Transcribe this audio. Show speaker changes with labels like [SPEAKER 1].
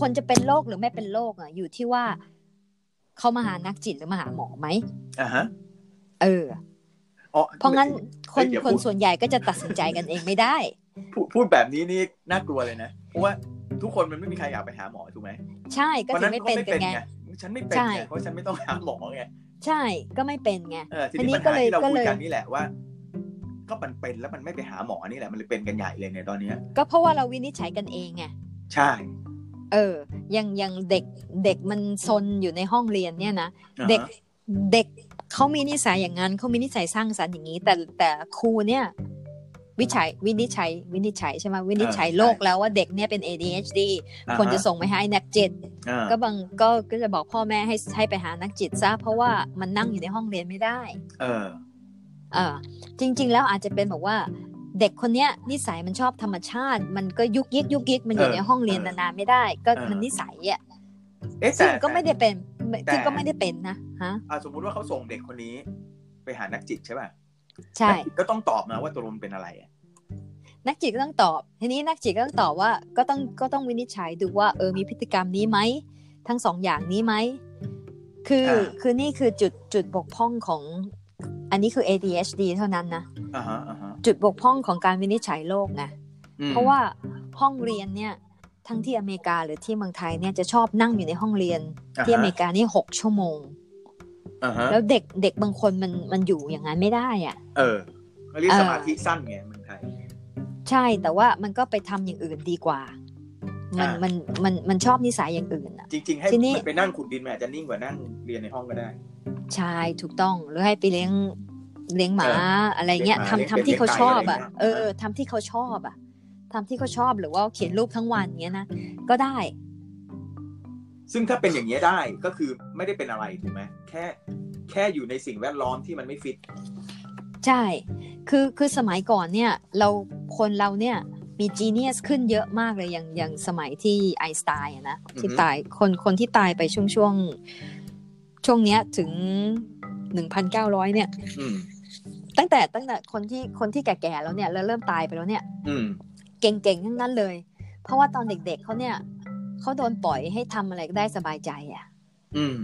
[SPEAKER 1] คนจะเป็นโรคหรือไม่เป็นโรคอ่ะ อยู่ที่ว่าเขามาหานักจิตหรือมาหาหมอไหม
[SPEAKER 2] อ่าฮะ
[SPEAKER 1] เออ
[SPEAKER 2] อ๋อ
[SPEAKER 1] เพราะงั้นค
[SPEAKER 2] เฮ้ย
[SPEAKER 1] น
[SPEAKER 2] เดี๋ยว
[SPEAKER 1] คน
[SPEAKER 2] พูด
[SPEAKER 1] ส่วนใหญ่ก็จะตัดสินใจกันเองไม่ได้
[SPEAKER 2] พูดพูดแบบนี้นี่น่ากลัวเลยนะ เพราะว่าทุกคนมันไม่มีใครอยากไปหาหมอถูกไหม
[SPEAKER 1] ใช่ก็
[SPEAKER 2] พราะ
[SPEAKER 1] ถึงไม่เป็น
[SPEAKER 2] ก็
[SPEAKER 1] กันไง
[SPEAKER 2] ฉันไม่เป็น
[SPEAKER 1] ใช่
[SPEAKER 2] ไงเพราะฉันไม่ต้องหาหมอไง
[SPEAKER 1] ใช่ก็ไม่เป็นไง
[SPEAKER 2] เออที
[SPEAKER 1] อันนี้
[SPEAKER 2] นี้ปัญ
[SPEAKER 1] ก็
[SPEAKER 2] หา
[SPEAKER 1] เลย
[SPEAKER 2] ที่เรา
[SPEAKER 1] ก็
[SPEAKER 2] คุ
[SPEAKER 1] เลย ย
[SPEAKER 2] กันนี่แหละว่า ก็มันเป็นแล้วมันไม่ไปหาหมอนี่แหละมันเลยเป็นกันใหญ่เลยในตอนเนี้ย
[SPEAKER 1] ก็เพราะว่าเราวินิจฉัยกันเองไง
[SPEAKER 2] ใช่
[SPEAKER 1] เอออย่างอย่างเด็กเด็กมันซนอยู่ในห้องเรียนเนี่ยนะ
[SPEAKER 2] อ่าฮะ
[SPEAKER 1] เด็กเด็กเขามีนิสัยอย่างนั้นเขามีนิสัยสร้างสรรค์อย่างนี้ แต่แต่ครูเนี่ย วิจัยวินิจฉัยวินิจฉัยใช่ไหมวินิจฉัยโรคแล้วว่าเด็กเนี่ยเป็น ADHD
[SPEAKER 2] อ่าฮ
[SPEAKER 1] ควรจะส่งไปให้นักจิต
[SPEAKER 2] อ่า
[SPEAKER 1] ก็บางก็ก็จะบอกพ่อแม่ให้ให้ไปหานักจิตซะเพราะว่ามันนั่งอยู่ในห้องเรียนไม่ได้
[SPEAKER 2] เออ
[SPEAKER 1] เออจริง ๆ แล้วอาจจะเป็นบอกว่า เด็กคนเนี้ยนิสัยมันชอบธรรมชาติ มันก็ยุกยิกยุกยิกมันอยู่
[SPEAKER 2] เออ
[SPEAKER 1] ในห้องเรียน
[SPEAKER 2] เออน
[SPEAKER 1] านๆไม่ได้ ก็
[SPEAKER 2] เออ
[SPEAKER 1] มันนิสัยอ่ะ
[SPEAKER 2] เอ๊ะแต่
[SPEAKER 1] ซึ่งก็ไม่ได้เป็นไม่
[SPEAKER 2] แต่
[SPEAKER 1] ซึ่งก็ไม่ได้เป็นนะฮะ
[SPEAKER 2] อ่ะสมมุติว่าเขาส่งเด็กคนนี้ ไปหานักจิตใช่ป่ะ
[SPEAKER 1] ใช่
[SPEAKER 2] นักจิตก็ต้องตอบมาว่าตัวมันเป็นอะไรอ่ะ
[SPEAKER 1] นักจิตก็ต้องตอบ ทีนี้นักจิตก็ต้องตอบว่าก็ต้องก็ต้องวินิจฉัยดูว่าเออมีพฤติกรรมนี้ไหมทั้งสองอย่างนี้ไหมคืออา คือนี่คือจุดจุดบกพร่องของ อันนี้คือ ADHD เท่านั้นนะ
[SPEAKER 2] อ่าฮะอ่าฮะ
[SPEAKER 1] จุดบกพร่องของการวินิจฉัยโรคไง
[SPEAKER 2] อืม
[SPEAKER 1] เพราะว่าห้องเรียนเนี่ยทั้งที่อเมริกาหรือที่เมืองไทยเนี่ยจะชอบนั่งอยู่ในห้องเรียน
[SPEAKER 2] าฮะ
[SPEAKER 1] ที่อเมริกานี่หกชั่วโมง
[SPEAKER 2] อ่าฮะ
[SPEAKER 1] แล้วเด็กเด็กบางคนมันมันอยู่อย่างนั้นไม่ได้อ่ะ
[SPEAKER 2] เออก็เรียก
[SPEAKER 1] เออ
[SPEAKER 2] สมาธิสั้นไงเมืองไทย
[SPEAKER 1] ใช่แต่ว่ามันก็ไปทำอย่างอื่นดีกว่า มัน
[SPEAKER 2] อ่ามั
[SPEAKER 1] มันมันมันชอบนิสัยอย่างอื่นอ่ะ
[SPEAKER 2] จริง ๆ ให้
[SPEAKER 1] ทีนี้
[SPEAKER 2] มันไปนั่งขุดดินมันอาจจะนิ่งกว่านั่งเรียนในห้องก็ได้
[SPEAKER 1] ใช่ถูกต้องหรือให้ไปเลี้ยงเลี้ยงหมา
[SPEAKER 2] เออ
[SPEAKER 1] อะไรเงี้ย
[SPEAKER 2] เลี้ยงหมา
[SPEAKER 1] ทำ
[SPEAKER 2] เลี้ยง
[SPEAKER 1] ทำ
[SPEAKER 2] เป็ด
[SPEAKER 1] ที่เขาชอบ
[SPEAKER 2] เลี้ยงไก่
[SPEAKER 1] อ่ะ
[SPEAKER 2] อะไรเงี้ย
[SPEAKER 1] เออทำที่เขาชอบอ่ะทำที่เขาชอบหรือว่าเขียนรูปทั้งวันเงี้ยนะก็ได้
[SPEAKER 2] ซึ่งถ้าเป็นอย่างนี้ยได้ก็คือไม่ได้เป็นอะไรถูกไหมแค่แค่อยู่ในสิ่งแวดล้อมที่มันไม่ฟิต
[SPEAKER 1] ใช่คือคือสมัยก่อนเนี่ยเราคนเราเนี่ยมีจีเนียสขึ้นเยอะมากเลยอย่างอย่างสมัยที่ไอน์สไตน์อะนะที่
[SPEAKER 2] อือฮึ
[SPEAKER 1] ตายคนคนที่ตายไปช่วงช่วงช่วงเนี้ยถึง 1,900เนี่ย
[SPEAKER 2] อืม
[SPEAKER 1] ตั้งแต่ตั้งแต่คนที่คนที่แก่ๆแล้วเนี่ยแล้วเริ่มตายไปแล้วเนี่ย
[SPEAKER 2] อืม
[SPEAKER 1] เก่งๆ ทั้งนั้นเลย เพราะว่าตอนเด็กๆ เขาเนี่ย เขาโดนปล่อยให้ทำอะไรก็ได้สบายใจอะ่ะ
[SPEAKER 2] อืม